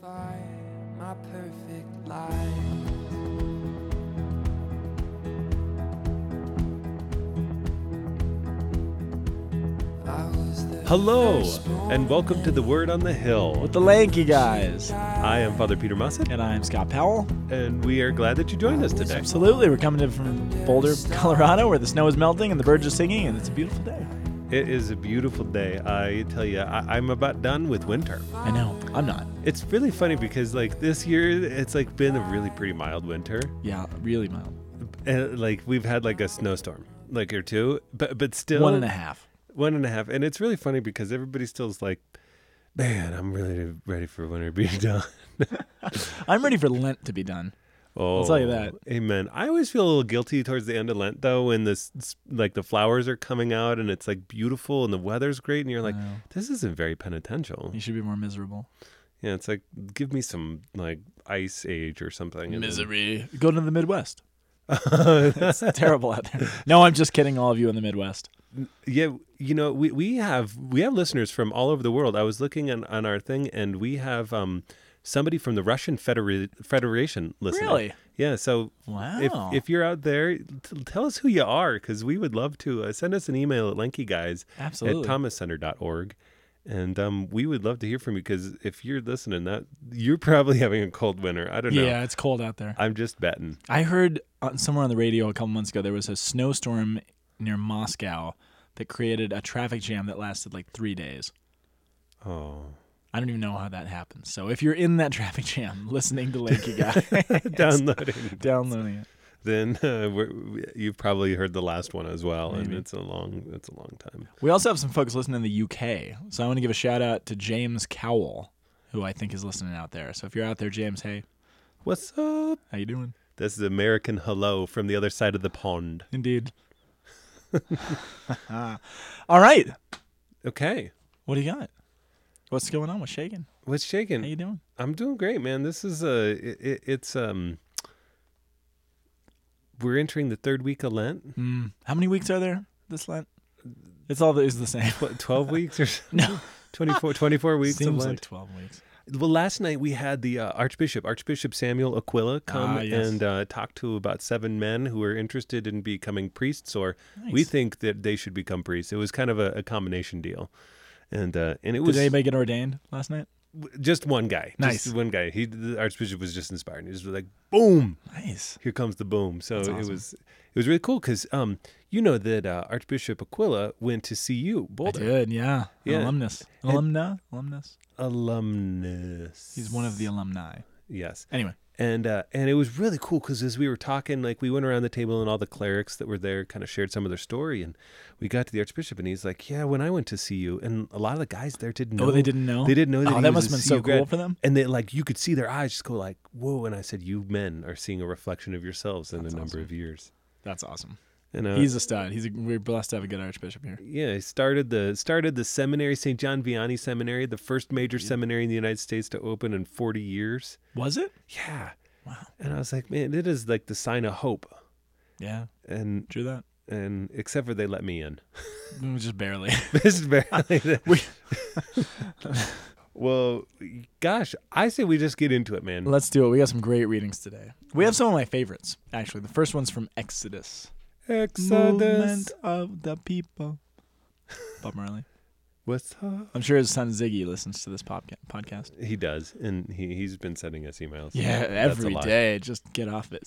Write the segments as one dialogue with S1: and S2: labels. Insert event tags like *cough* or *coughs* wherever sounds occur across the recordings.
S1: find my perfect life.
S2: Hello, and welcome to the Word on the Hill.
S3: with the lanky guys.
S2: I am Father Peter Mossett,
S3: And I'm Scott Powell.
S2: and we are glad that you joined us today.
S3: Absolutely. We're coming in from Boulder, Colorado, where the snow is melting and the birds are singing, and it's a beautiful day.
S2: It is a beautiful day. I tell you, I, I'm about done with winter.
S3: I know. I'm not.
S2: It's really funny because like this year, it's like been a really pretty mild winter.
S3: Yeah, really mild.
S2: And, like we've had like a snowstorm, like or two, but but still
S3: One and a half.
S2: one and a half. And it's really funny because everybody still's like, man, I'm really ready for winter to be *laughs* done.
S3: I'm ready for Lent to be done.
S2: Oh,
S3: tell you that.
S2: Amen. I always feel a little guilty towards the end of Lent, though, when this like the flowers are coming out and it's like beautiful and the weather's great, and you're like, this isn't very penitential.
S3: You should be more miserable.
S2: Yeah, it's like give me some like ice age or something. and then- *laughs*
S3: Misery. Go to the Midwest. it's terrible out there. No, I'm just kidding, all of you in the Midwest.
S2: Yeah, you know, we, we have we have listeners from all over the world. I was looking on, on our thing, and we have um somebody from the Russian Federa- Federation listening.
S3: Really?
S2: Yeah. So
S3: Wow.
S2: if if you're out there, t- tell us who you are because we would love to. Uh, send us an email at lankyguys
S3: Absolutely.
S2: at thomascenter.org. And um, we would love to hear from you because if you're listening, that you're probably *laughs* having a cold winter. I don't know.
S3: Yeah, it's cold out there.
S2: I'm just betting.
S3: I heard on, somewhere on the radio a couple months ago there was a snowstorm near Moscow that created a traffic jam that lasted like three days.
S2: Oh,
S3: I don't even know how that happens. So if you're in that *laughs* traffic jam listening to
S2: *laughs*
S3: Lakey Guy,
S2: downloading. *laughs*
S3: downloading it.
S2: then uh, we're, we- you've probably heard the last one as well, and
S3: Maybe.
S2: it's a long, it's a long time.
S3: We also have some folks listening in the UK. So I want to give a shout out to James Cowell, who I think is listening out there. So if you're out there, James, hey,
S2: What's up?
S3: how you doing?
S2: This is American hello from the other side of the pond. *laughs*
S3: Indeed. *laughs* All right.
S2: Okay,
S3: What do you got? What's going on? What's shaking?
S2: what's shaking?
S3: How you doing?
S2: I'm doing great, man. This is a it, it's um we're entering the third week of Lent.
S3: Mm. How many weeks are there this Lent? It's all is the same.
S2: What,
S3: *laughs*
S2: 12 weeks or *laughs*
S3: No.
S2: 24 24 weeks of
S3: Seems like
S2: Lent.
S3: 12 weeks.
S2: Well, last night we had the uh, Archbishop, Archbishop Samuel Aquila, come
S3: Ah, yes.
S2: and uh, talk to about seven men who are interested in becoming priests, or we
S3: Nice.
S2: think that they should become priests. It was kind of a, a combination deal, and uh, and it
S3: Did
S2: was
S3: anybody get ordained last night?
S2: w- just one guy,
S3: Nice.
S2: just one guy. He, the Archbishop, was just inspired. He was like, boom,
S3: Nice.
S2: here comes the boom. So
S3: That's
S2: it
S3: awesome.
S2: was it was really cool because um, you know that uh, Archbishop Aquila went to CU Boulder,
S3: Good, yeah. An
S2: Yeah.
S3: Alumnus. Alumna? Alumnus?
S2: alumnus.
S3: He's one of the alumni.
S2: yes.
S3: Anyway.
S2: and uh, and it was really cool because as we were talking, like we went around the table and all the clerics that were there kind of shared some of their story, and we got to the archbishop and he's like, "Yeah, when I went to see you, and a lot of the guys there didn't know.
S3: Oh, they didn't know?
S2: They didn't know that.
S3: Oh,
S2: he
S3: that
S2: was
S3: must
S2: a
S3: have been
S2: CU
S3: so cool
S2: grad.
S3: for them.
S2: And they like you could see their eyes just go like, "Whoa!" And I said, "You men are seeing a reflection of yourselves in a number of years."
S3: That's awesome.
S2: And uh,
S3: He's a stud. He's a, we're blessed to have a good archbishop here.
S2: yeah, he started the started the seminary, St. John Vianney Seminary, the first major seminary in the United States to open in 40 years.
S3: Was it?
S2: Yeah.
S3: Wow.
S2: And I was like, man, it is like the sign of hope.
S3: Yeah.
S2: And
S3: Drew that.
S2: and except for they let me in. *laughs*
S3: Mm, Just barely. *laughs*
S2: This is barely.
S3: We-
S2: *laughs* well, gosh, I say we just get into it, man.
S3: Let's do it. We got some great readings today. We have some of my favorites, actually. The first one's from Exodus.
S2: Exodus.
S3: Movement of the people. Bob Marley.
S2: What's up?
S3: I'm sure his son Ziggy listens to this podca- podcast.
S2: He does, and he he's been sending us emails.
S3: Yeah,
S2: That's a
S3: every
S2: lot.
S3: day. Just get off it, *laughs*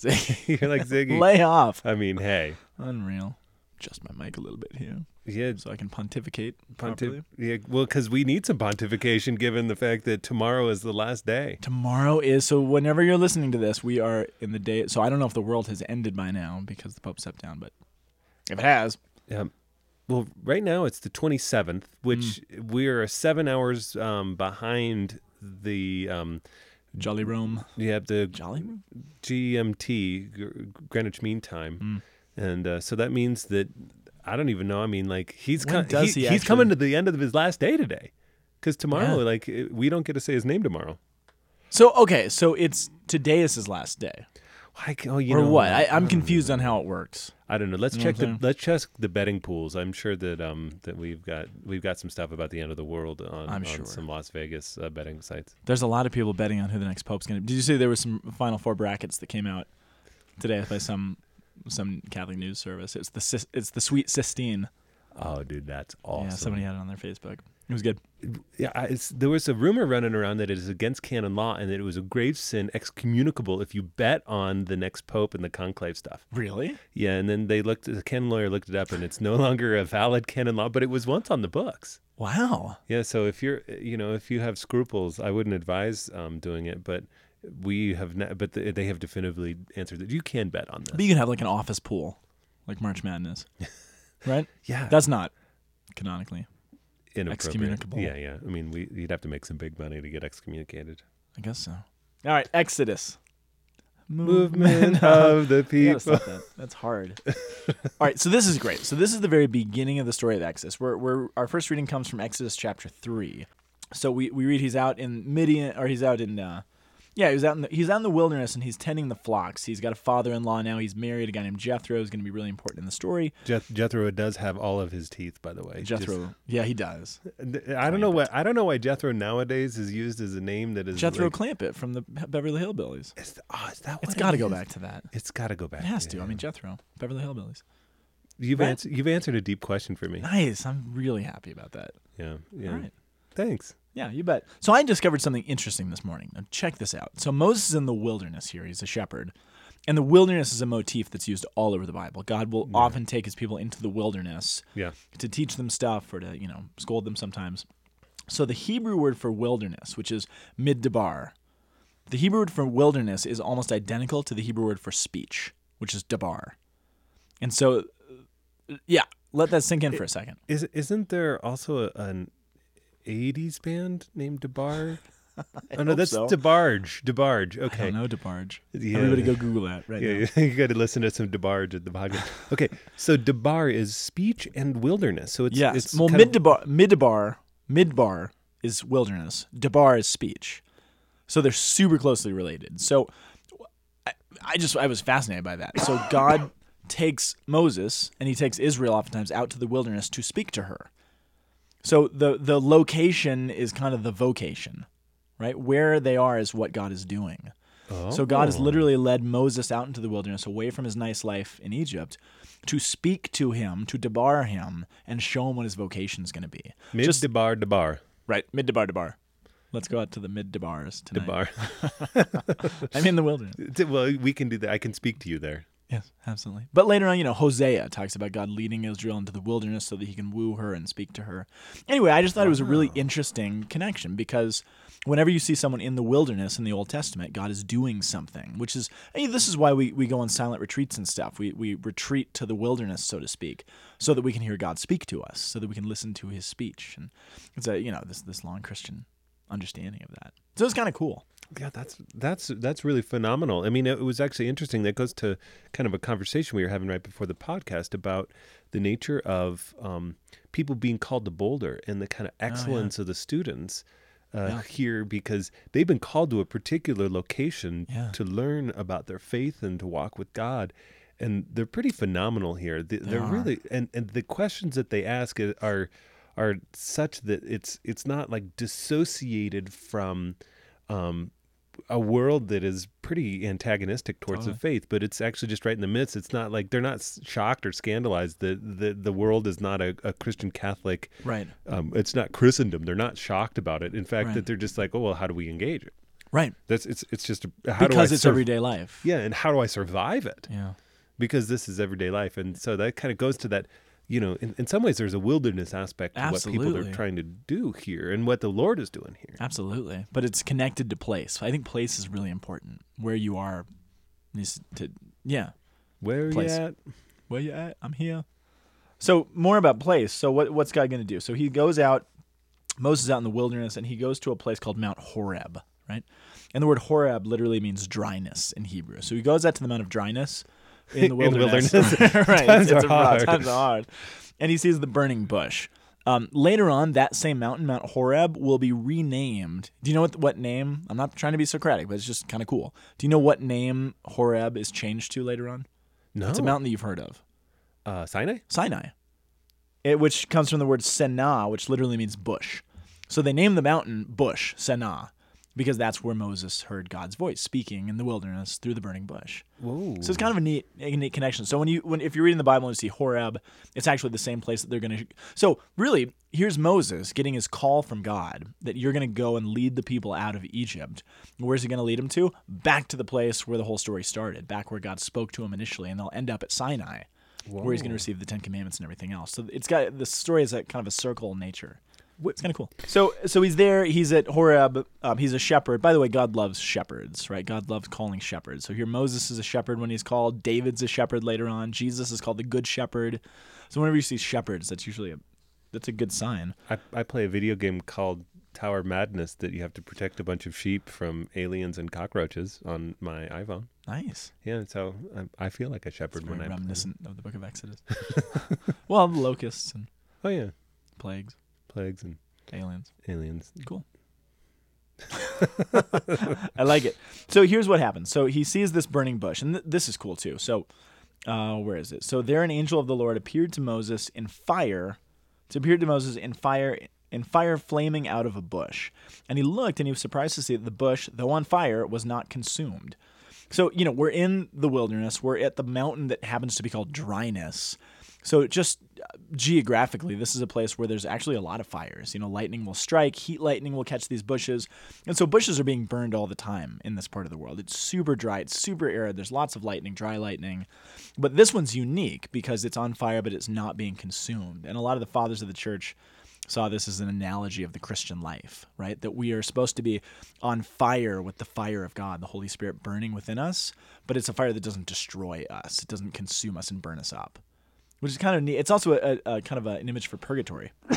S2: *laughs*
S3: Ziggy.
S2: You're like Ziggy.
S3: Lay off.
S2: I mean, hey,
S3: Unreal. Just my mic a little bit here
S2: yeah,
S3: so I can pontificate.
S2: pontif-
S3: properly.
S2: yeah. Well, because we need some pontification, given the fact that tomorrow is the last day.
S3: Tomorrow is so. Whenever you're listening to this, we are in the day. So I don't know if the world has ended by now because the Pope stepped down, but if it has,
S2: Yeah. Well, right now it's the 27th, which
S3: Mm.
S2: we are seven hours um, behind the um,
S3: Jolly Rome.
S2: yeah the
S3: Jolly Rome?
S2: GMT, Gr- Greenwich Mean
S3: Mm.
S2: Time, and uh, so that means that I don't even know. I mean, like he's
S3: When
S2: com-
S3: does he
S2: he's coming to
S3: actually-
S2: the end of his last day today, because tomorrow,
S3: Yeah.
S2: like it- we don't get to say his name tomorrow.
S3: So, okay. So it's today is his last day.
S2: I c- oh, you
S3: or
S2: know,
S3: what? I, I'm
S2: don't
S3: confused
S2: know.
S3: on how it works.
S2: I don't know. Let's
S3: You know
S2: check
S3: what I'm
S2: the let's check the betting pools. I'm sure that um that we've got we've got some stuff about the end of the world on,
S3: I'm
S2: on
S3: sure.
S2: some Las Vegas uh, betting sites.
S3: There's a lot of people betting on who the next pope's going to. Did you say there was some Final Four brackets that came out today by some some Catholic news service? It's the Sis- it's the Sweet Sistine.
S2: Oh, dude, that's awesome.
S3: Yeah, somebody had it on their Facebook. It was good.
S2: Yeah, I- it's, there was a rumor running around that it is against canon law and that it was a grave sin, excommunicable, if you bet on the next pope and the conclave stuff.
S3: Really?
S2: Yeah, and then they looked, the canon lawyer looked it up, and it's no *laughs* longer a valid canon law, but it was once on the books.
S3: Wow.
S2: Yeah, so if you're, eh, you know, if you have scruples, I wouldn't advise um, doing it, but we have not, but th- they have definitively answered that you can bet on
S3: But
S2: this.
S3: you can have like an office pool, like March Madness, *laughs* right?
S2: Yeah,
S3: That's not canonically,
S2: inappropriate.
S3: excommunicable.
S2: Yeah, yeah. I mean, we, you'd have to make some big money to get
S3: *laughs*
S2: excommunicated.
S3: I guess so. All right, Exodus.
S2: Movement of the
S3: *laughs* You
S2: people.
S3: gotta stop that. That's hard. *laughs* All right, so this is great. So this is the very beginning of the story of Exodus. We're, we're our first reading comes from Exodus chapter three. So we, we read he's out in Midian, or he's out in, uh, yeah, he's out in the, he's out in the wilderness and he's tending the flocks. He's got a father-in-law now. He's married. A guy named Jethro is going to be really important in the story.
S2: Jeth- Jethro does have all of his teeth, by the way.
S3: Jethro, yeah, he does.
S2: Just- I don't know why. I don't know why Jethro nowadays is used as a name that is
S3: Jethro
S2: Like,
S3: Clampett from the Beverly Hillbillies.
S2: is, oh, is that
S3: It's
S2: what
S3: got to
S2: it
S3: go
S2: is?
S3: back to that.
S2: It's got to go back.
S3: It has
S2: yeah.
S3: to. I mean, Jethro, Beverly Hillbillies.
S2: you've
S3: Right.
S2: answered you've answered a deep question for me.
S3: Nice. I'm really happy about that.
S2: Yeah, yeah.
S3: All right.
S2: Thanks.
S3: Yeah, you bet. So I discovered something interesting this morning. Now check this out. So Moses is in the wilderness here. He's a shepherd. And the wilderness is a motif that's used all over the Bible. God will often take his people into the wilderness
S2: Yeah,
S3: to teach them stuff or to, you know, scold them sometimes. So the Hebrew word for wilderness, which is middabar, the Hebrew word for wilderness is almost identical to the Hebrew word for speech, which is dabar. And so, uh, yeah, let that sink in for a second.
S2: is isn't there also a, an '80s band named
S3: *laughs*
S2: DeBar? oh no,
S3: hope
S2: that's
S3: so.
S2: DeBarge. DeBarge. Okay.
S3: I don't know debarge.
S2: Yeah.
S3: Everybody go Google that right
S2: Yeah, *laughs*
S3: now.
S2: you got to listen to some DeBarge at the
S3: *laughs*
S2: podcast. Okay, so DeBar is speech and wilderness. So it's
S3: Yes.
S2: it's
S3: well,
S2: kind of-
S3: midbar, midbar, midbar is wilderness. Dabar is speech. So they're super closely related. So I, I just I was fascinated by that. So
S2: *coughs*
S3: God takes Moses and he takes Israel oftentimes out to the wilderness to speak to her. So the the location is kind of the vocation, right? Where they are is what God is doing. So God has
S2: Oh.
S3: literally led Moses out into the wilderness, away from his nice life in Egypt, to speak to him, to debar him, and show him what his vocation is going to be.
S2: mid
S3: just-
S2: DeBar DeBar
S3: Right, mid debar debar. Let's go out to the mid debars tonight.
S2: DeBar.
S3: I'm in the wilderness.
S2: D- *laughs* Well, we can do that. I can speak to you there.
S3: Yes, absolutely. But later on, you know, Hosea talks about God leading Israel into the wilderness so that he can woo her and speak to her. Anyway, I just thought it was a really interesting connection because whenever you see someone in the wilderness in the Old Testament, God is doing something, which is, hey, this is why we, we go on silent retreats and stuff. We, we retreat to the wilderness, so to speak, so that we can hear God speak to us, so that we can listen to his speech. And it's a, you know, this, this long Christian understanding of that. So it's kind of cool.
S2: Yeah, that's that's that's really phenomenal. I mean, it was actually interesting. That goes to kind of a conversation we were having right before the podcast about the nature of um, people being called to Boulder and the
S3: Oh,
S2: kind of excellence of the students uh, here because they've been called to a particular location
S3: Yeah.
S2: to learn about their faith and to walk with God. And they're pretty phenomenal here. They, they're
S3: are.
S2: really and, and the questions that they ask i- are are such that it's it's not like dissociated from um, a world that is pretty antagonistic towards the faith, but it's actually just right in the midst. It's not like they're not s- shocked or scandalized that the, the world is not a, a Christian Catholic.
S3: Right.
S2: Um, it's not Christendom. They're not shocked about it. In fact,
S3: Right.
S2: that they're just like, oh well, how do we engage it?
S3: Right.
S2: That's it's it's just a- how
S3: because
S2: do I
S3: it's
S2: sur-
S3: everyday life.
S2: yeah, and how do I survive it?
S3: Yeah.
S2: because this is everyday life and so that kind of goes to that you know in, in some ways there's a wilderness aspect to what people
S3: Absolutely.
S2: are trying to do here and what the lord is doing here
S3: Absolutely. But it's connected to place. I think place is really important. Where you are is to yeah.
S2: where are you
S3: Place.
S2: at
S3: Where you at? I'm here. So more about place. So what what's God gonna do? So he goes out Moses is out in the wilderness and he goes to a place called Mount Horeb, right? And the word Horeb literally means dryness in Hebrew. So he goes out to the Mount of Dryness in
S2: *laughs*
S3: the
S2: In
S3: wilderness.
S2: wilderness.
S3: *laughs*
S2: *laughs*
S3: right.
S2: Times
S3: it's, it's
S2: are
S3: rough-
S2: hard.
S3: Times are hard. And he sees the burning bush. Um, later on, that same mountain, Mount Horeb, will be renamed. Do you know what what name? I'm not trying to be Socratic, but it's just kind of cool. Do you know what name Horeb is changed to later on?
S2: No,
S3: It's a mountain that you've heard of,
S2: Uh, Sinai.
S3: Sinai, it, which comes from the word Senah, which literally means bush. So they named the mountain Bush Senah because that's where Moses heard God's voice speaking in the wilderness through the burning bush.
S2: Whoa.
S3: So it's kind of a neat, a neat connection. So when you, when if you're reading the Bible and you see Horeb, it's actually the same place that they're going to. So really, here's Moses getting his call from God that you're going to go and lead the people out of Egypt. Where's he going to lead them to? Back to the place where the whole story started, back where God spoke to him initially, and they'll end up at Sinai, where he's going to receive the Ten Commandments and everything else. So it's got the story is a kind of a circle nature. It's kind of cool. So, so he's there. He's at Horeb. Um, he's a shepherd. By the way, God loves shepherds, right? God loves calling shepherds. So here, Moses is a shepherd when he's called. David's a shepherd later on. Jesus is called the good shepherd. So whenever you see shepherds, that's usually a that's a good sign.
S2: I, I play a video game called Tower Madness that you have to protect a bunch of sheep from aliens and cockroaches on my iPhone.
S3: Nice.
S2: Yeah, so I, I feel like a shepherd
S3: Very
S2: when I.
S3: reminiscent of the Book
S2: *laughs*
S3: of Exodus. well, the locusts and
S2: Oh yeah,
S3: plagues,
S2: plagues and
S3: aliens.
S2: aliens.
S3: Cool. *laughs* I like it. So here's what happens. So he sees this burning bush, and th- this is cool too. So, uh, where is it? So there, an angel of the Lord appeared to Moses in fire. To appeared to Moses in fire, in fire flaming out of a bush, and he looked, and he was surprised to see that the bush, though on fire, was not consumed. So you know we're in the wilderness. We're at the mountain that happens to be called Dryness. So just uh, geographically, this is a place where there's actually a lot of fires. You know, lightning will strike, heat lightning will catch these bushes, and so bushes are being burned all the time in this part of the world. It's super dry, it's super arid. There's lots of lightning, dry lightning, but this one's unique because it's on fire, but it's not being consumed. And a lot of the fathers of the church saw this as an analogy of the Christian life, right? That we are supposed to be on fire with the fire of God, the Holy Spirit burning within us, but it's a fire that doesn't destroy us, it doesn't consume us and burn us up, which is kind of neat. It's also a, a, a kind of a, an image for purgatory, *coughs*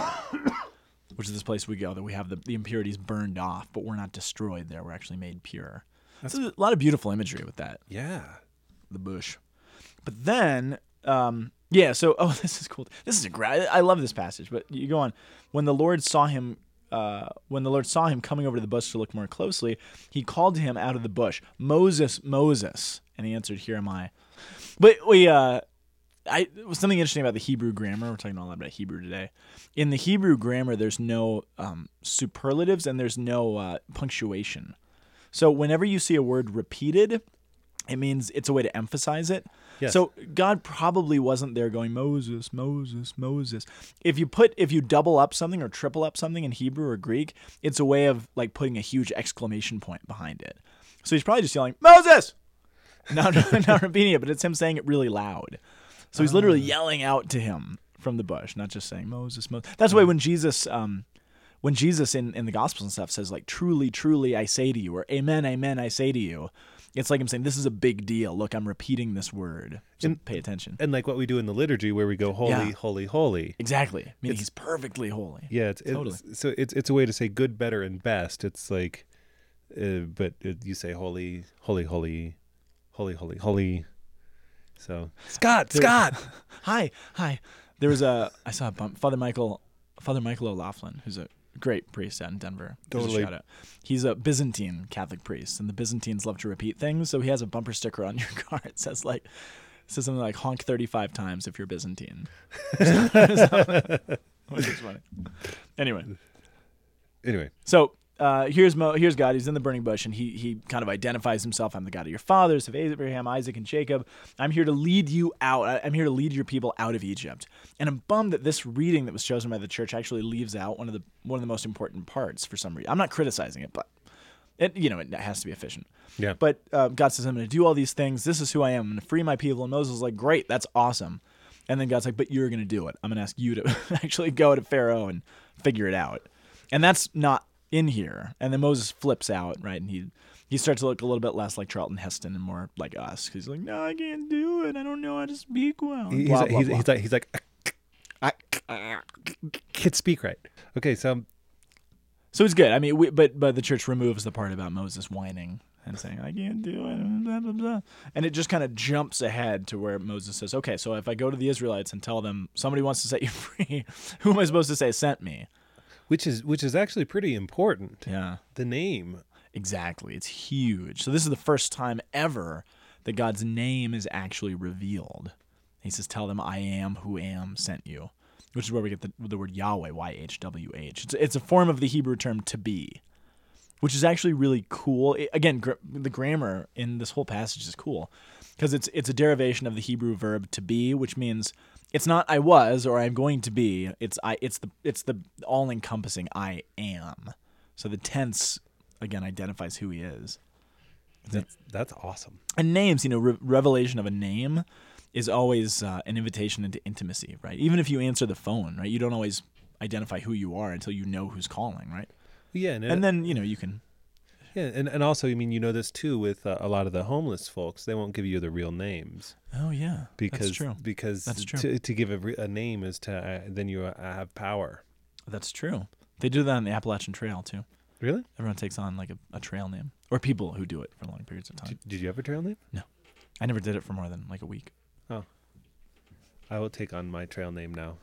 S3: which is this place we go that we have the, the impurities burned off, but we're not destroyed there. We're actually made pure. so there's a lot of beautiful imagery with that
S2: Yeah.
S3: the bush. But then, um, yeah. So, *laughs* oh, this is cool. This is a gra- I love this passage. But you go on. When the Lord saw him, uh, when the Lord saw him coming over to the bush to look more closely, he called to him out of the bush, Moses, Moses, and he answered, Here am I. But we, uh, I something interesting about the Hebrew grammar. We're talking a lot about Hebrew today. In the Hebrew grammar, there's no um, superlatives and there's no uh, punctuation. So whenever you see a word repeated, it means it's a way to emphasize it.
S2: Yes.
S3: So God probably wasn't there going Moses, Moses, Moses. If you put if you double up something or triple up something in Hebrew or Greek, it's a way of like putting a huge exclamation point behind it. So he's probably just yelling Moses, not *laughs* not repeating it, but it's him saying it really loud. So he's literally yelling out to him from the bush, not just saying Moses, Moses. That's why when Jesus, um, when Jesus in, in the Gospels and stuff says like, "Truly, truly, I say to you," or "Amen, amen, I say to you," it's like I'm saying this is a big deal. Look, I'm repeating this word. So pay attention.
S2: And like what we do in the liturgy where we go holy,
S3: Yeah.
S2: holy, holy.
S3: exactly. Meaning he's perfectly holy.
S2: Yeah, it's,
S3: Totally.
S2: it's so it's it's a way to say good, better, and best. It's like, uh, but it, you say holy, holy, holy, holy, holy, holy. So Scott, Scott.
S3: *laughs* Hi, hi. There was a I saw a bump. Father Michael, Father Michael O'Laughlin, who's a great priest out in Denver. Just a
S2: Totally.
S3: shout out. He's a Byzantine Catholic priest, and the Byzantines love to repeat things. So he has a bumper sticker on *laughs* your car. It says like, it says something like "honk 35 times if you're Byzantine," *laughs* which is funny. Anyway,
S2: anyway,
S3: so uh, here's Mo, here's God. He's in the burning bush, and he he kind of identifies himself. I'm the God of your fathers, of Abraham, Isaac, and Jacob. I'm here to lead you out. I- I'm here to lead your people out of Egypt. And I'm bummed that this reading that was chosen by the church actually leaves out one of the one of the most important parts for some reason. I'm not criticizing it, but it you know it has to be efficient.
S2: Yeah.
S3: But uh, God says, I'm going to do all these things. This is who I am. I'm going to free my people. And Moses is like, great, that's awesome. And then God's like, but you're going to do it. I'm going to ask you to *laughs* actually go to Pharaoh and figure it out. And that's not in here. And then Moses flips out, right? And he he starts to look a little bit less like Charlton Heston and more like us. 'Cause He's like, no, I can't do it. I don't know how to speak well.
S2: he's,
S3: Blah,
S2: like-
S3: blah,
S2: he's,
S3: blah.
S2: he's like he's like
S3: I-
S2: kids speak right. Okay, so
S3: so it's good. I mean, we, but but the church removes the part about Moses whining and saying, I can't do it, blah, blah, blah. And it just kind of jumps ahead to where Moses says, Okay, so if I go to the Israelites and tell them somebody wants to set you *laughs* free, who am I supposed to say sent me?
S2: which is which is actually pretty important.
S3: Yeah.
S2: The name,
S3: Exactly. It's huge. So this is the first time ever that God's name is actually revealed. He says, "Tell them I am who am sent you," which is where we get the, the word Yahweh, Y H W H. It's it's a form of the Hebrew term to be, which is actually really cool. It- again, gr- the grammar in this whole passage is cool because it's it's a derivation of the Hebrew verb to be, which means it's not I was or I'm going to be. It's I. It's the it's the all encompassing I am. So the tense again identifies who he is
S2: that's that's awesome.
S3: and names you know re- revelation of a name is always uh, an invitation into intimacy right even if you answer the phone right you don't always identify who you are until you know who's calling right
S2: Yeah, and, uh,
S3: and then you know you can
S2: yeah, and, and also, I mean, you know this too with uh, a lot of the homeless folks. They won't give you the real names
S3: oh yeah
S2: because
S3: that's true
S2: because
S3: That's true.
S2: To, to give a, re- a name is to uh, then you uh, have power.
S3: that's true they do that on the appalachian trail too
S2: Really?
S3: everyone takes on like a, a trail name or people who do it for long periods of time
S2: Did, did you have a trail name?
S3: i never did it for more than like a week
S2: I will take on my trail name now.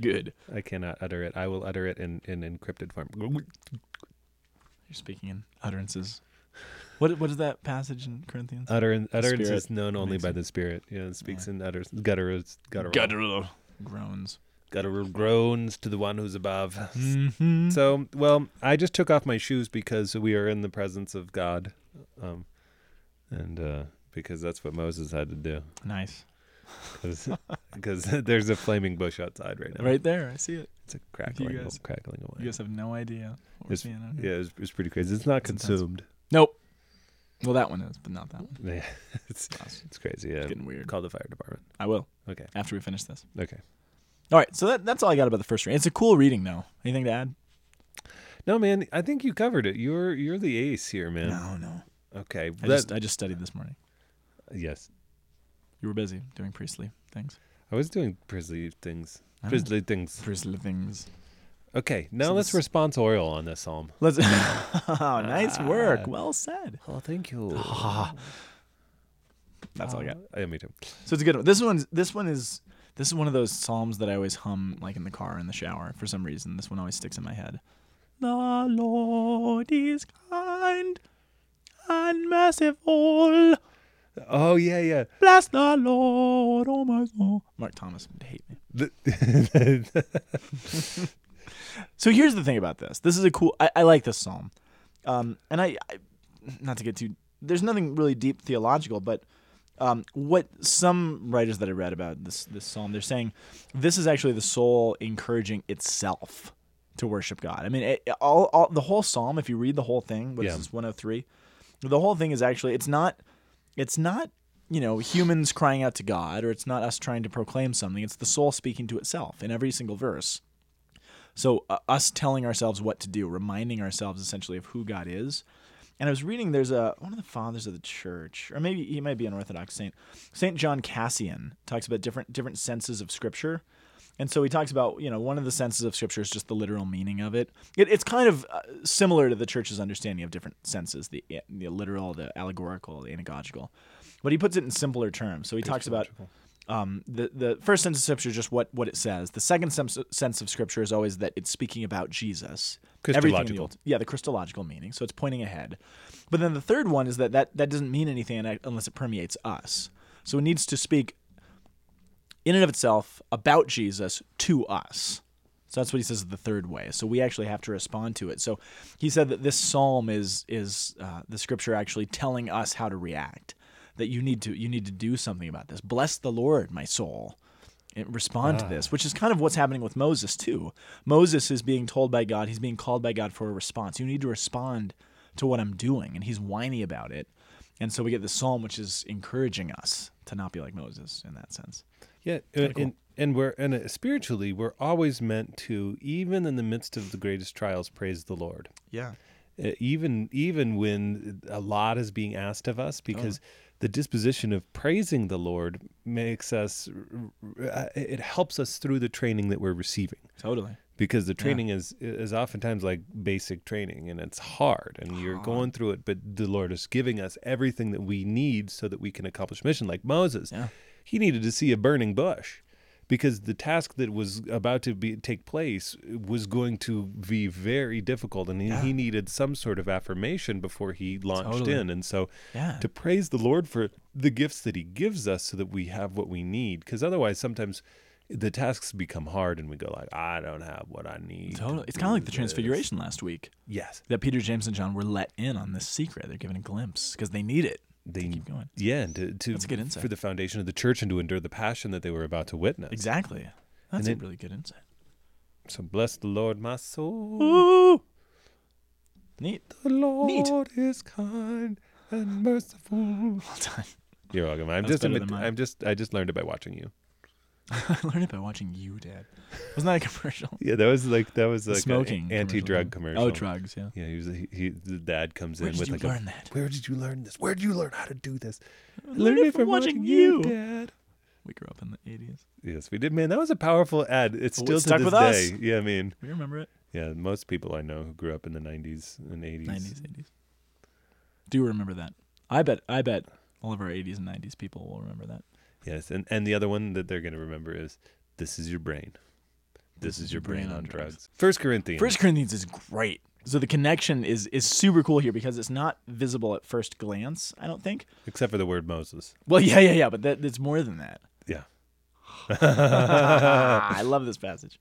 S3: good
S2: I cannot utter it. I will utter it in, in encrypted form.
S3: you're speaking in utterances what, what is that passage in corinthians
S2: Utter, utterance
S3: Spirit
S2: is known only by
S3: amazing.
S2: the spirit. Yeah, it speaks in utters, gutturals, guttural,
S3: guttural groans
S2: guttural groans to the one who's above. *laughs*
S3: mm-hmm.
S2: So, well, I just took off my shoes because we are in the presence of God, um, and uh, because that's what Moses had to do.
S3: nice *laughs*
S2: Because *laughs* there's a flaming bush outside right now.
S3: right there i see it
S2: It's a crackling,
S3: guys-
S2: crackling away.
S3: You guys have no idea what we're
S2: It's-
S3: seeing. out here.
S2: Yeah, it's, it's pretty crazy. It's not
S3: It's intense.
S2: consumed. *laughs*
S3: Nope. Well, that one is, but not that one.
S2: Yeah, it's,
S3: It's
S2: it's crazy. Yeah,
S3: getting weird.
S2: call the fire department.
S3: I will
S2: Okay,
S3: after we finish this.
S2: okay.
S3: All right, so that, that's all I got about the first reading. It's a cool reading, though. Anything to add?
S2: No, man, I think you covered it. You're you're the ace here, man.
S3: no.
S2: Okay, that,
S3: I just I just studied this morning.
S2: yes.
S3: You were busy doing priestly things.
S2: I was doing prizzly things.
S3: Oh.
S2: Prizzly things.
S3: Priestly things.
S2: Okay, now
S3: So
S2: let's
S3: this-
S2: response oil on this psalm.
S3: *laughs* Let's. Oh, nice work.
S2: Ah.
S3: Well said.
S2: Oh, thank you. Um,
S3: That's all I got.
S2: Yeah, me too.
S3: So it's a good one. This one's this one is this is one of those psalms that I always hum like in the car or in the shower for some reason. This one always sticks in my head. The Lord is kind and merciful.
S2: Oh yeah, *laughs* yeah.
S3: Bless the Lord, oh my soul. Mark Thomas would hate me.
S2: The-
S3: So here's the thing about this. This is a cool. I, I like this psalm, um, and I, I, not to get too. There's nothing really deep theological, but um, what some writers that I read about this this psalm, they're saying this is actually the soul encouraging itself to worship God. I mean, it, all, all the whole psalm. If you read the whole thing, which
S2: Yeah.
S3: is 103, the whole thing is actually it's not it's not you know humans crying out to God or it's not us trying to proclaim something. It's the soul speaking to itself in every single verse. So uh, us telling ourselves what to do, reminding ourselves essentially of who God is. And I was reading there's a one of the fathers of the church, or maybe he might be an Orthodox saint, Saint John Cassian talks about different different senses of Scripture. And so he talks about, you know, one of the senses of Scripture is just the literal meaning of it. it it's kind of uh, similar to the church's understanding of different senses the, the literal, the allegorical, the anagogical. But he puts it in simpler terms. So he talks about um, the the first sense of scripture is just what what it says. The second sense, sense of scripture is always that it's speaking about Jesus. Everything in the
S2: Christological.
S3: Old- yeah, the Christological meaning. So it's pointing ahead. But then the third one is that that, that doesn't mean anything unless it permeates us. So it needs to speak in and of itself about Jesus to us. So that's what he says is the third way. So we actually have to respond to it. So he said that this psalm is is uh, the scripture actually telling us how to react. That you need to you need to do something about this. Bless the Lord, my soul. And respond to this, which is kind of what's happening with Moses too. Moses is being told by God, he's being called by God for a response. You need to respond to what I'm doing, and he's whiny about it. And so we get the psalm, which is encouraging us to not be like Moses in that sense.
S2: yeah, and, and and we're and uh, spiritually we're always meant to, even in the midst of the greatest trials, praise the Lord.
S3: Yeah.
S2: uh, even even when a lot is being asked of us because the disposition of praising the lord makes us r- r- uh, it helps us through the training that we're receiving
S3: Totally.
S2: because the training is is oftentimes like basic training and it's hard and you're going through it but the lord is giving us everything that we need so that we can accomplish mission like moses
S3: Yeah.
S2: he needed to see a burning bush because the task that was about to be take place was going to be very difficult and he, he needed some sort of affirmation before he launched
S3: Totally.
S2: in and so
S3: Yeah.
S2: to praise the Lord for the gifts that He gives us, so that we have what we need. Because otherwise, sometimes the tasks become hard, and we go like, "I don't have what I need." to
S3: Totally. It's kind of like
S2: do
S3: the
S2: this."
S3: Transfiguration last week
S2: Yes,
S3: that Peter, James, and John were let in on this secret. They're given a glimpse because they need it.
S2: they
S3: keep going.
S2: Yeah, and to, to
S3: That's a good insight.
S2: for the foundation of the church and to endure the passion that they were about to witness.
S3: Exactly. That's
S2: then-
S3: a really good insight.
S2: So bless the Lord, my soul.
S3: Ooh. Neat.
S2: The
S3: Neat.
S2: Lord is kind and merciful.
S3: Well done.
S2: You're welcome. I'm
S3: That's
S2: just,
S3: better
S2: admit-
S3: than mine.
S2: I'm just, I just learned it by watching you.
S3: *laughs* I learned it by watching you, Dad. Wasn't that a *laughs* commercial?
S2: Yeah, that was like, that was like a
S3: Smoking. commercial,
S2: anti-drug
S3: huh?
S2: commercial.
S3: Oh, drugs, yeah.
S2: Yeah, he was. He, he the dad comes
S3: Where
S2: in
S3: did
S2: with
S3: you
S2: like,
S3: learn
S2: a,
S3: that?
S2: "Where did you learn this? Where did you learn how to do this?" I
S3: learned it from watching you."
S2: Dad.
S3: We grew up in the 80s.
S2: Yes, we did, man. That was a powerful ad. It's
S3: Well,
S2: still
S3: it
S2: to
S3: stuck
S2: this
S3: with us.
S2: day. Yeah, I mean,
S3: We remember it.
S2: yeah, most people I know who grew up in the '90s and '80s.
S3: 90s, 80s. Do you remember that. I bet. I bet all of our 80s and 90s people will remember that.
S2: Yes, and and the other one that they're gonna remember is, "This is your brain." This, is your brain, on drugs. First Corinthians.
S3: First Corinthians is great. So the connection is is super cool here because it's not visible at first glance. I don't think.
S2: except for the word Moses.
S3: Well, *laughs* yeah, yeah, yeah, but that, it's more than that.
S2: Yeah.
S3: Ah, I love this passage.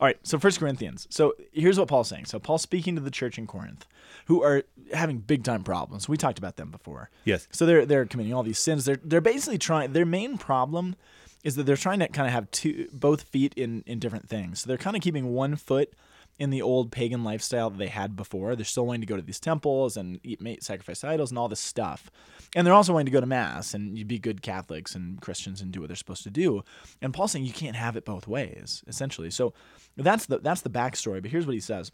S3: All right, so First Corinthians. So here's what Paul's saying. So Paul's speaking to the church in Corinth, who are having big time problems. We talked about them before.
S2: Yes.
S3: So they're they're committing all these sins. They're they're basically trying. Their main problem is that they're trying to kind of have two both feet in in different things. So they're kind of keeping one foot in the old pagan lifestyle that they had before. They're still wanting to go to these temples and eat meat, sacrifice idols, and all this stuff. And they're also wanting to go to mass and you be good Catholics and Christians and do what they're supposed to do. And Paul's saying you can't have it both ways, essentially. So that's the that's the backstory. But here's what he says.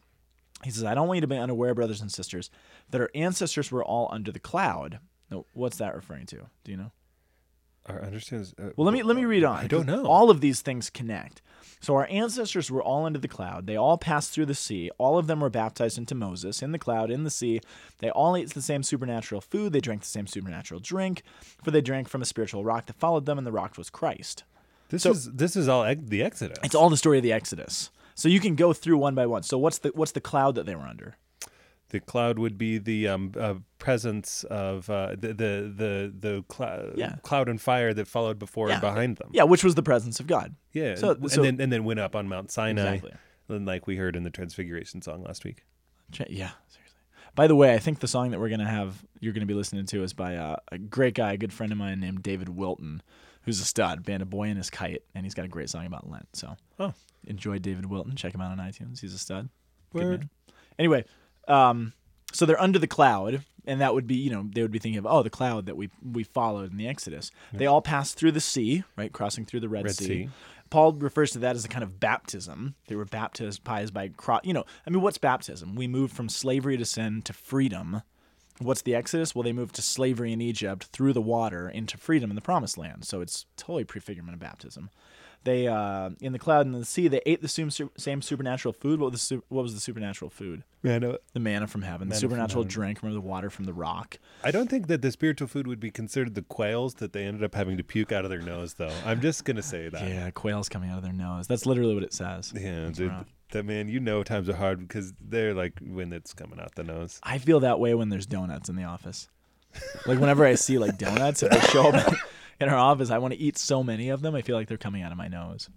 S3: He says, I don't want you to be unaware, brothers and sisters, that our ancestors were all under the cloud. Now, what's that referring to? Do you know?
S2: Or understands. Uh,
S3: Well, let me let me read on.
S2: I don't know.
S3: All of these things connect. So our ancestors were all under the cloud. They all passed through the sea. All of them were baptized into Moses in the cloud, in the sea. They all ate the same supernatural food. They drank the same supernatural drink, for they drank from a spiritual rock that followed them, and the rock was Christ.
S2: this is this is all ex- the Exodus.
S3: It's all the story of the Exodus. So you can go through one by one. So what's the what's the cloud that they were under?
S2: The cloud would be the um, uh, presence of uh, the the the, the clou-
S3: Yeah.
S2: cloud and fire that followed before and
S3: Yeah.
S2: behind them.
S3: Yeah, which was the presence of God.
S2: yeah.
S3: So-
S2: and,
S3: so-
S2: then and then went up on Mount Sinai,
S3: Exactly.
S2: and like we heard in the Transfiguration song last week.
S3: Ch- Yeah, seriously. By the way, I think the song that we're gonna have, you're gonna be listening to, is by uh, a great guy, a good friend of mine named David Wilton, who's a stud, band A Boy and His Kite, and he's got a great song about Lent. So
S2: Oh,
S3: enjoy David Wilton. Check him out on iTunes. He's a stud.
S2: Word.
S3: Anyway, um, so they're under the cloud, and that would be, you know, they would be thinking of, oh, the cloud that we we followed in the Exodus. They all passed through the sea, right, crossing through the Red,
S2: Red Sea.
S3: Paul refers to that as a kind of baptism. They were baptized by, cro- you know, I mean, what's baptism? We moved from slavery to sin to freedom. What's the Exodus? Well, they moved to slavery in Egypt through the water into freedom in the Promised Land. So it's totally prefigurement of baptism. They uh, in the cloud and in the sea. They ate the same, su- same supernatural food. What was the su- what was the supernatural food?
S2: man. uh,
S3: The manna from heaven, the
S2: from
S3: supernatural drink, remember the water from the rock.
S2: I don't think that the spiritual food would be considered the quails that they ended up having to puke out of their nose, though. I'm just gonna say that.
S3: Yeah, quails coming out of their nose. That's literally what it says.
S2: Yeah, dude. That man, you know, times are hard because they're like when it's coming out the nose.
S3: I feel that way when there's donuts in the office. Like whenever I see like donuts, if they show up *laughs* in our office, I want to eat so many of them. I feel like they're coming out of my nose.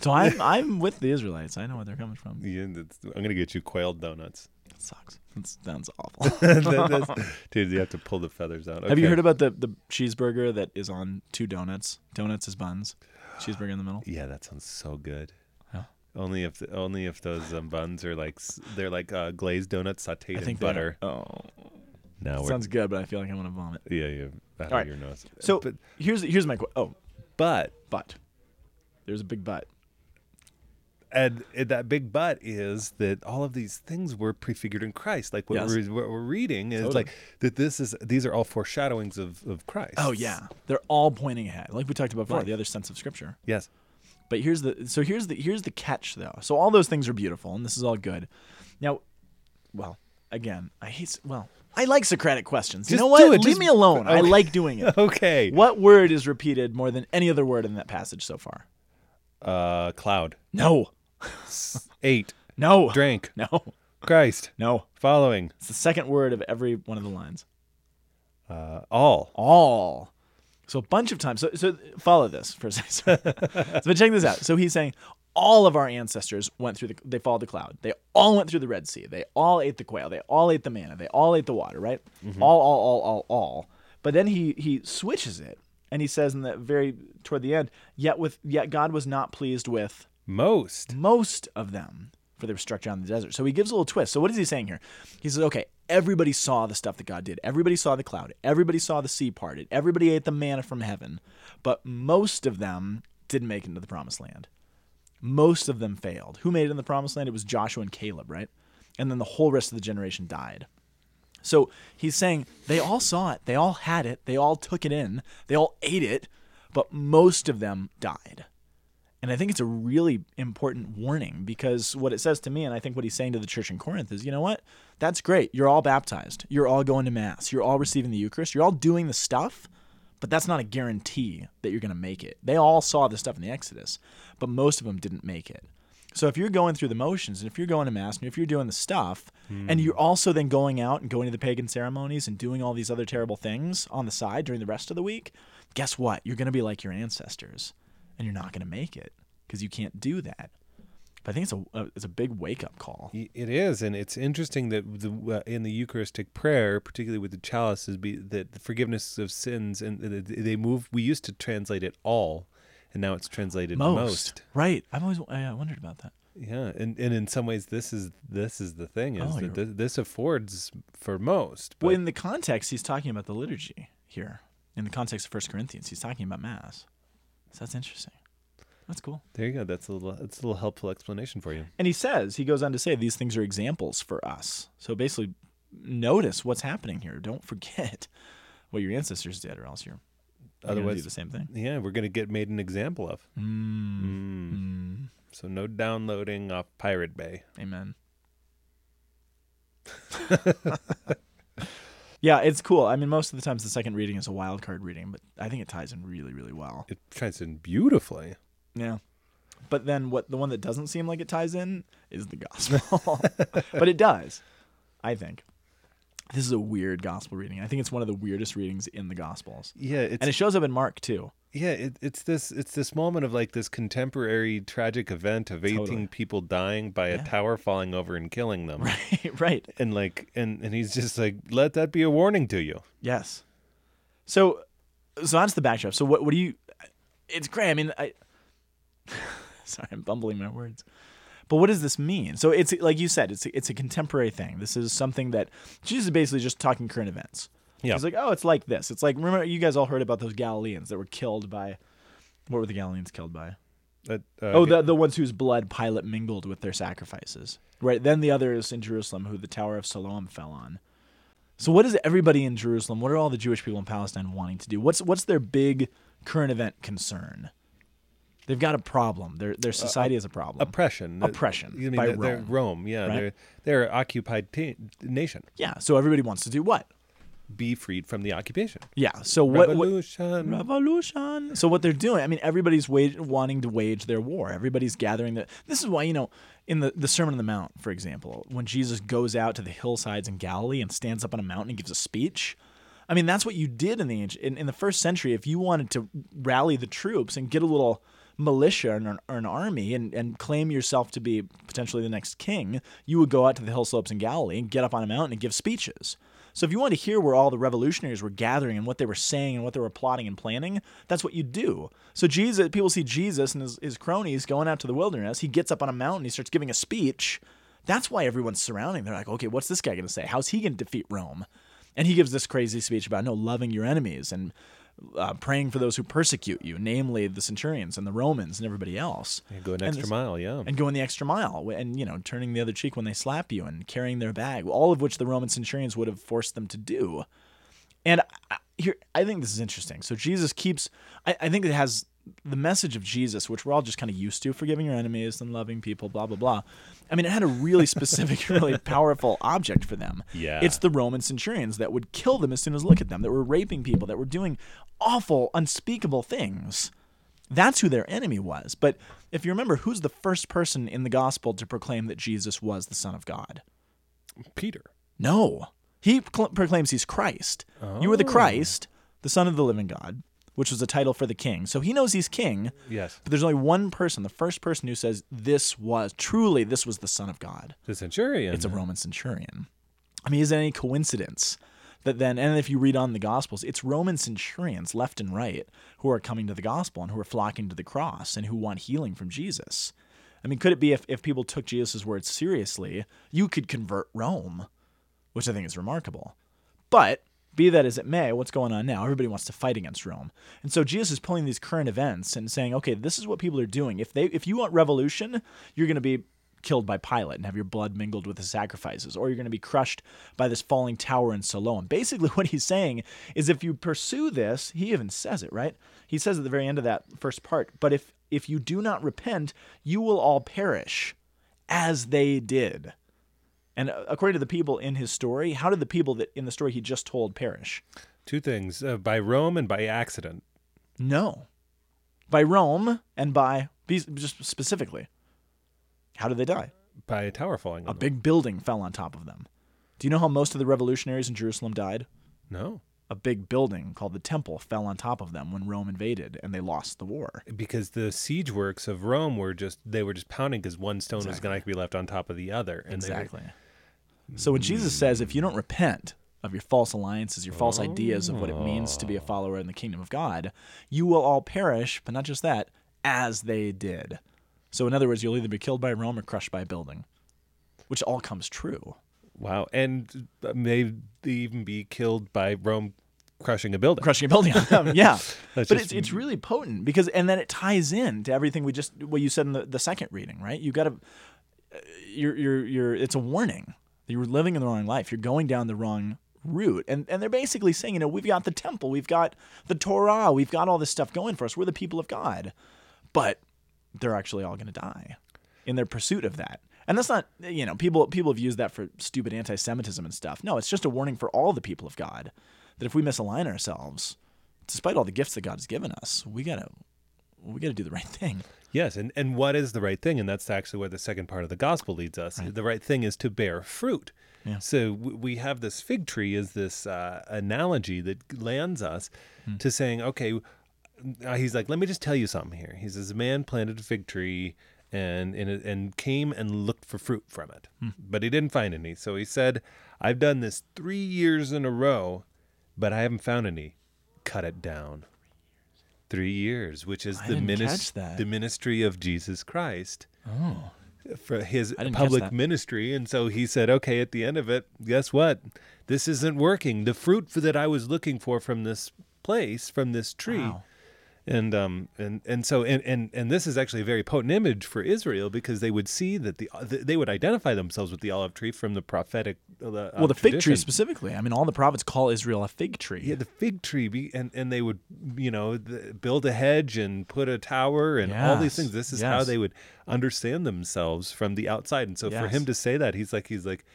S3: So I'm I'm with the Israelites. I know where they're coming from.
S2: Yeah, that's- I'm gonna get you quail donuts. *laughs*
S3: It sucks. It sounds awful.
S2: That- that's- dude, you have to pull the feathers out.
S3: *laughs* Have you
S2: Okay.
S3: heard about the the cheeseburger that is on two donuts? Donuts is buns, cheeseburger in the middle.
S2: Yeah, that sounds so good.
S3: Yeah.
S2: Only if only if those um, buns are like s- they're like uh, glazed donuts sautéed
S3: I
S2: in
S3: think
S2: butter.
S3: they- Oh,
S2: Now we're
S3: sounds good, but I feel like I want to vomit.
S2: yeah yeah out
S3: All
S2: of
S3: right.
S2: your nose.
S3: So
S2: but,
S3: here's here's my qu- oh
S2: but
S3: but there's a big but.
S2: and, and that big but is that all of these things were prefigured in Christ. Like what,
S3: Yes.
S2: we're, what we're reading is
S3: Totally.
S2: like that. This is these are all foreshadowings of of Christ.
S3: Oh yeah, they're all pointing ahead, like we talked about before.
S2: Right.
S3: The other sense of scripture.
S2: Yes.
S3: But here's the so here's the here's the catch though. So all those things are beautiful and this is all good. Now, well, again, I hate s- well, I like Socratic questions. you
S2: Just
S3: know what?
S2: do it.
S3: Leave
S2: Just-
S3: me alone. I
S2: okay.
S3: like doing it.
S2: *laughs* Okay.
S3: What word is repeated more than any other word in that passage so far?
S2: Uh, cloud.
S3: No.
S2: Eight.
S3: No.
S2: Drank.
S3: No.
S2: Christ.
S3: No.
S2: Following.
S3: It's the second word of every one of the lines.
S2: Uh, all.
S3: all. So a bunch of times. So, so follow this for a second. *laughs* so but check this out. So he's saying all of our ancestors went through the. They followed the cloud. They all went through the Red Sea. They all ate the quail. They all ate the manna. They all ate the water. Right. All, all, all, all, all. But then he he switches it and he says in the very toward the end. Yet with yet God was not pleased with
S2: Most.
S3: most of them for their structure out in the desert. So he gives a little twist. So what is he saying here? He says, okay, everybody saw the stuff that God did. Everybody saw the cloud. Everybody saw the sea parted. Everybody ate the manna from heaven. But most of them didn't make it into the promised land. Most of them failed. Who made it in the promised land? It was Joshua and Caleb, right? And then the whole rest of the generation died. So he's saying they all saw it, they all had it, they all took it in, they all ate it, but most of them died. And I think it's a really important warning because what it says to me, and I think what he's saying to the church in Corinth is, you know what? That's great. You're all baptized. You're all going to Mass. You're all receiving the Eucharist. You're all doing the stuff, but that's not a guarantee that you're going to make it. They all saw the stuff in the Exodus, but most of them didn't make it. So if you're going through the motions and if you're going to mass and if you're doing the stuff and you're also then going out and going to the pagan ceremonies and doing all these other terrible things on the side during the rest of the week, guess what? You're going to be like your ancestors and you're not going to make it because you can't do that. But I think it's a, a it's a big wake up call.
S2: Y- It is, and it's interesting that the, uh, in the Eucharistic prayer, particularly with the chalices, be, that the forgiveness of sins and th- th- they move. We used to translate it all, and now it's translated most.
S3: Most. right? I've always I I wondered about that.
S2: Yeah, and, and in some ways, this is this is the thing is
S3: Oh,
S2: that th- this affords for most. But
S3: Well, in the context, he's talking about the liturgy here. In the context of First Corinthians, he's talking about mass. So that's interesting. That's cool.
S2: there you go. That's a little that's a little helpful explanation for you.
S3: And he says, he goes on to say, these things are examples for us. So basically, notice what's happening here. Don't forget *laughs* what your ancestors did, or else you're you're gonna do
S2: Otherwise-
S3: the same thing.
S2: Yeah, we're gonna get made an example of. Mm. Mm. So no downloading off Pirate Bay.
S3: Amen. *laughs* yeah, it's cool. I mean, most of the times the second reading is a wild card reading, but I think it ties in really, really well.
S2: It tries in beautifully.
S3: Yeah. But then what the one that doesn't seem like it ties in is the gospel. *laughs* but it does, I think. This is a weird gospel reading. I think it's one of the weirdest readings in the gospels.
S2: Yeah, it's
S3: And it shows up in Mark too. *laughs*
S2: yeah it, it's this it's this moment of like this contemporary tragic event of 18
S3: Totally.
S2: people dying by a tower falling over and killing them
S3: Right, right.
S2: and like and and he's just like let that be a warning to you
S3: Yes. So, so that's the backdrop. So what? What do you? It's great. I mean, I. *laughs* Sorry, I'm bumbling my words. But what does this mean? So it's like you said, it's a, it's a contemporary thing. This is something that Jesus is basically just talking current events.
S2: Yeah.
S3: He's like, oh, it's like this. It's like remember you guys all heard about those Galileans that were killed by. What were the Galileans killed by?
S2: That, uh,
S3: Oh, the the ones whose blood Pilate mingled with their sacrifices. Right. Then the others in Jerusalem who the Tower of Siloam fell on. So what is everybody in Jerusalem? What are all the Jewish people in Palestine wanting to do? What's what's their big current event concern? They've got a problem. Their their society is Uh, a problem.
S2: *laughs* oppression Uh,
S3: Oppression
S2: you mean
S3: by
S2: they're, they're
S3: Rome.
S2: Rome, yeah
S3: Right?
S2: they're they're an occupied ta- nation
S3: yeah. So everybody wants to do what?
S2: be freed from the occupation
S3: Yeah. So what, what
S2: revolution
S3: Revolution. So what they're doing, I mean, everybody's wage, wanting to wage their war. Everybody's gathering. The, this is why you know, in the the Sermon on the Mount, for example, when Jesus goes out to the hillsides in Galilee and stands up on a mountain and gives a speech. I mean, that's what you did in the ancient, in, in the first century. If you wanted to rally the troops and get a little militia and an, or an army and, and claim yourself to be potentially the next king, you would go out to the hill slopes in Galilee and get up on a mountain and give speeches. So if you wanted to hear where all the revolutionaries were gathering and what they were saying and what they were plotting and planning, that's what you do. So Jesus, people see Jesus and his, his cronies going out to the wilderness. He gets up on a mountain, he starts giving a speech. That's why everyone's surrounding. They're like, okay, what's this guy going to say? How's he going to defeat Rome? And he gives this crazy speech about no loving your enemies and uh, praying for those who persecute you, namely the centurions and the Romans and everybody else.
S2: Yeah, go an
S3: And
S2: extra
S3: this-
S2: mile yeah
S3: and going the extra mile and you know turning the other cheek when they slap you and carrying their bag all of which the roman centurions would have forced them to do and I- here i think this is interesting so jesus keeps i, I think it has the message of Jesus, which we're all just kind of used to, forgiving your enemies and loving people, blah blah blah. I mean, it had a really specific, really powerful object for them.
S2: Yeah.
S3: it's the Roman centurions that would kill them as soon as look at them, that were raping people, that were doing awful, unspeakable things. That's who their enemy was. But if you remember, who's the first person in the gospel to proclaim that Jesus was the Son of God?
S2: Peter.
S3: No. He cl- proclaims he's Christ. You are the Christ, the Son of the living God, which was a title for the king. So he knows he's king.
S2: Yes.
S3: But there's only one person, the first person who says this was truly this was the Son of God.
S2: The centurion.
S3: It's a Roman centurion. I mean, is it any coincidence that then, and if you read on the Gospels, it's Roman centurions left and right who are coming to the gospel and who are flocking to the cross and who want healing from Jesus? I mean, could it be if, if people took Jesus' words seriously, you could convert Rome, which I think is remarkable. But be that as it may, what's going on now? Everybody wants to fight against Rome. And so Jesus is pulling these current events and saying, okay, this is what people are doing. If they if you want revolution, you're going to be killed by Pilate and have your blood mingled with his sacrifices, or you're going to be crushed by this falling tower in Siloam. Basically, *laughs* what he's saying is if you pursue this, he even says it, right? He says at the very end of that first part, but if if you do not repent, you will all perish as they did. And uh, according to the people in his story, how did the people that in the story he just told perish?
S2: Two things uh, by Rome and by accident.
S3: No. By Rome and by, these- just specifically, how did they die?
S2: By a tower falling on
S3: A
S2: them.
S3: big building fell on top of them. Do you know how most of the revolutionaries in Jerusalem died?
S2: No.
S3: A big building called the Temple fell on top of them when Rome invaded and they lost the war.
S2: Because the siege works of Rome were just, they were just pounding because one stone was going to be left on top of the other. And they were-
S3: So when Jesus says, if you don't repent of your false alliances, your false ideas of what it means to be a follower in the kingdom of God, you will all perish, but not just that, as they did. So in other words, you'll either be killed by Rome or crushed by a building, which all comes true.
S2: wow. And uh, may they even be killed by Rome crushing a building.
S3: Crushing a building on them, *laughs* yeah. but
S2: That's
S3: it's,
S2: just-
S3: it's really potent because, and then it ties in to everything we just, what you said in the, the second reading, right? You got to, you're you're you're it's a warning that you're living in the wrong life you're going down the wrong route and and they're basically saying you know we've got the temple we've got the torah we've got all this stuff going for us we're the people of god but they're actually all going to die in their pursuit of that and that's not you know people people have used that for stupid anti-semitism and stuff no it's just a warning for all the people of god that if we misalign ourselves despite all the gifts that god's given us we gotta we gotta do the right thing
S2: Yes, and, and what is the right thing? And that's actually where the second part of the gospel leads us. The right thing is to bear fruit. So w- we have this fig tree as this uh, analogy that lands us to saying, okay, uh, he's like, let me just tell you something here. He says, a man planted a fig tree and and, it- and came and looked for fruit from it, but he didn't find any. So he said, I've done this three years in a row, but I haven't found any. Cut it down. Three years, which is the
S3: didn't
S2: minis-
S3: catch that. Oh.
S2: the ministry of Jesus Christ for his
S3: didn't catch
S2: public
S3: that.
S2: ministry. And so he said, okay, at the end of it, guess what? This isn't working. The fruit for, that I was looking for from this place, from this tree.
S3: Wow.
S2: And um and and so and, and and this is actually a very potent image for Israel because they would see that the they would identify themselves with the olive tree from the prophetic uh,
S3: well the fig tree
S2: tradition.
S3: specifically i mean all the prophets call israel a fig tree
S2: Yeah, the fig tree, be, and and they would, you know, the, build a hedge and put a tower and all
S3: Yes,
S2: these things. This is how
S3: yes.
S2: they would understand themselves from the outside. And so for
S3: Yes.
S2: him to say that, he's like, he's like,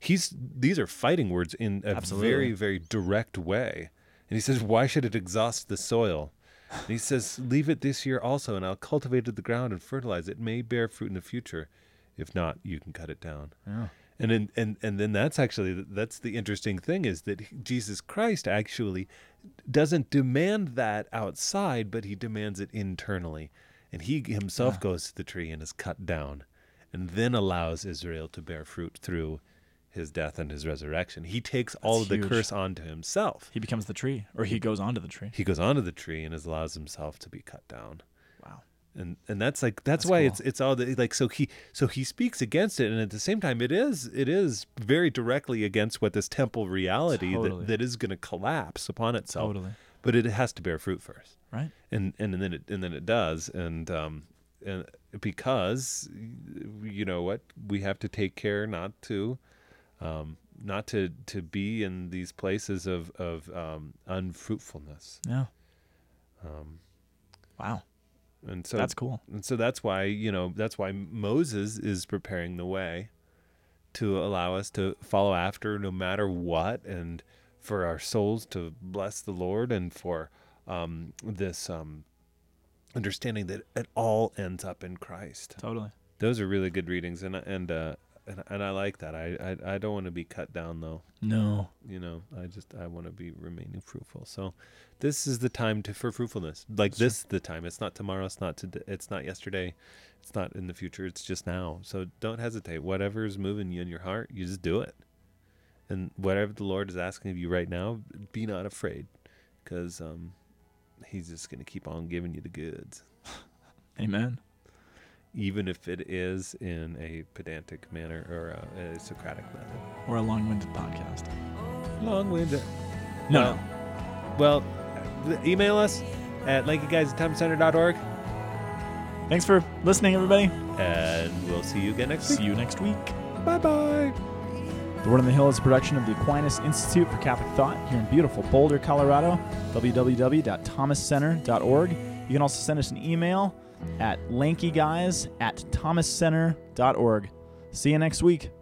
S2: he's these are fighting words in a very
S3: Absolutely.
S2: very direct way. And he says, why should it exhaust the soil? And he says, leave it this year also, and I'll cultivate it the ground and fertilize it. It May bear fruit in the future. If not, you can cut it down. And then, and and then that's actually that's the interesting thing is that he- Jesus Christ actually doesn't demand that outside, but he demands it internally, and he himself goes to the tree and is cut down, and then allows Israel to bear fruit through his death and his resurrection. He takes all
S3: That's
S2: of the
S3: huge.
S2: curse onto himself.
S3: He becomes the tree, or he goes onto the tree.
S2: He goes onto the tree and is- allows himself to be cut down
S3: Wow.
S2: and and that's like that's, why it's it's all the, like so he so he speaks against it and at the same time it is it is very directly against what this temple reality
S3: Totally.
S2: that, that is going to collapse upon itself
S3: Totally.
S2: but it has to bear fruit first
S3: Right.
S2: and and, and then it and then it does and um and because you know what we have to take care not to um not to to be in these places of of um unfruitfulness
S3: Yeah. wow.
S2: And so
S3: That's cool.
S2: And so that's why, you know, that's why Moses is preparing the way to allow us to follow after no matter what and for our souls to bless the Lord and for um, this um, understanding that it all ends up in Christ.
S3: Totally.
S2: Those are really good readings and and uh, and, and I like that. I I, I don't want to be cut down though
S3: No.
S2: you know i just i want to be remaining fruitful so this is the time to for fruitfulness like this is the time it's not tomorrow it's not today it's not yesterday it's not in the future it's just now so don't hesitate whatever is moving you in your heart you just do it and whatever the lord is asking of you right now be not afraid because um he's just going to keep on giving you the goods
S3: Amen.
S2: even if it is in a pedantic manner or a, a socratic method
S3: Or a long-winded podcast.
S2: long-winded
S3: No,
S2: Well, Well,
S3: no.
S2: th- email us at lankyguys@timecenter.org,
S3: Thanks for listening, everybody.
S2: and we'll see you again next
S3: See
S2: week.
S3: you next week.
S2: Bye bye.
S3: The Word on the Hill is a production of the Aquinas Institute for Catholic Thought here in beautiful Boulder, Colorado. www.thomascenter.org. You can also send us an email at lankyguys at thomascenter.org. See you next week.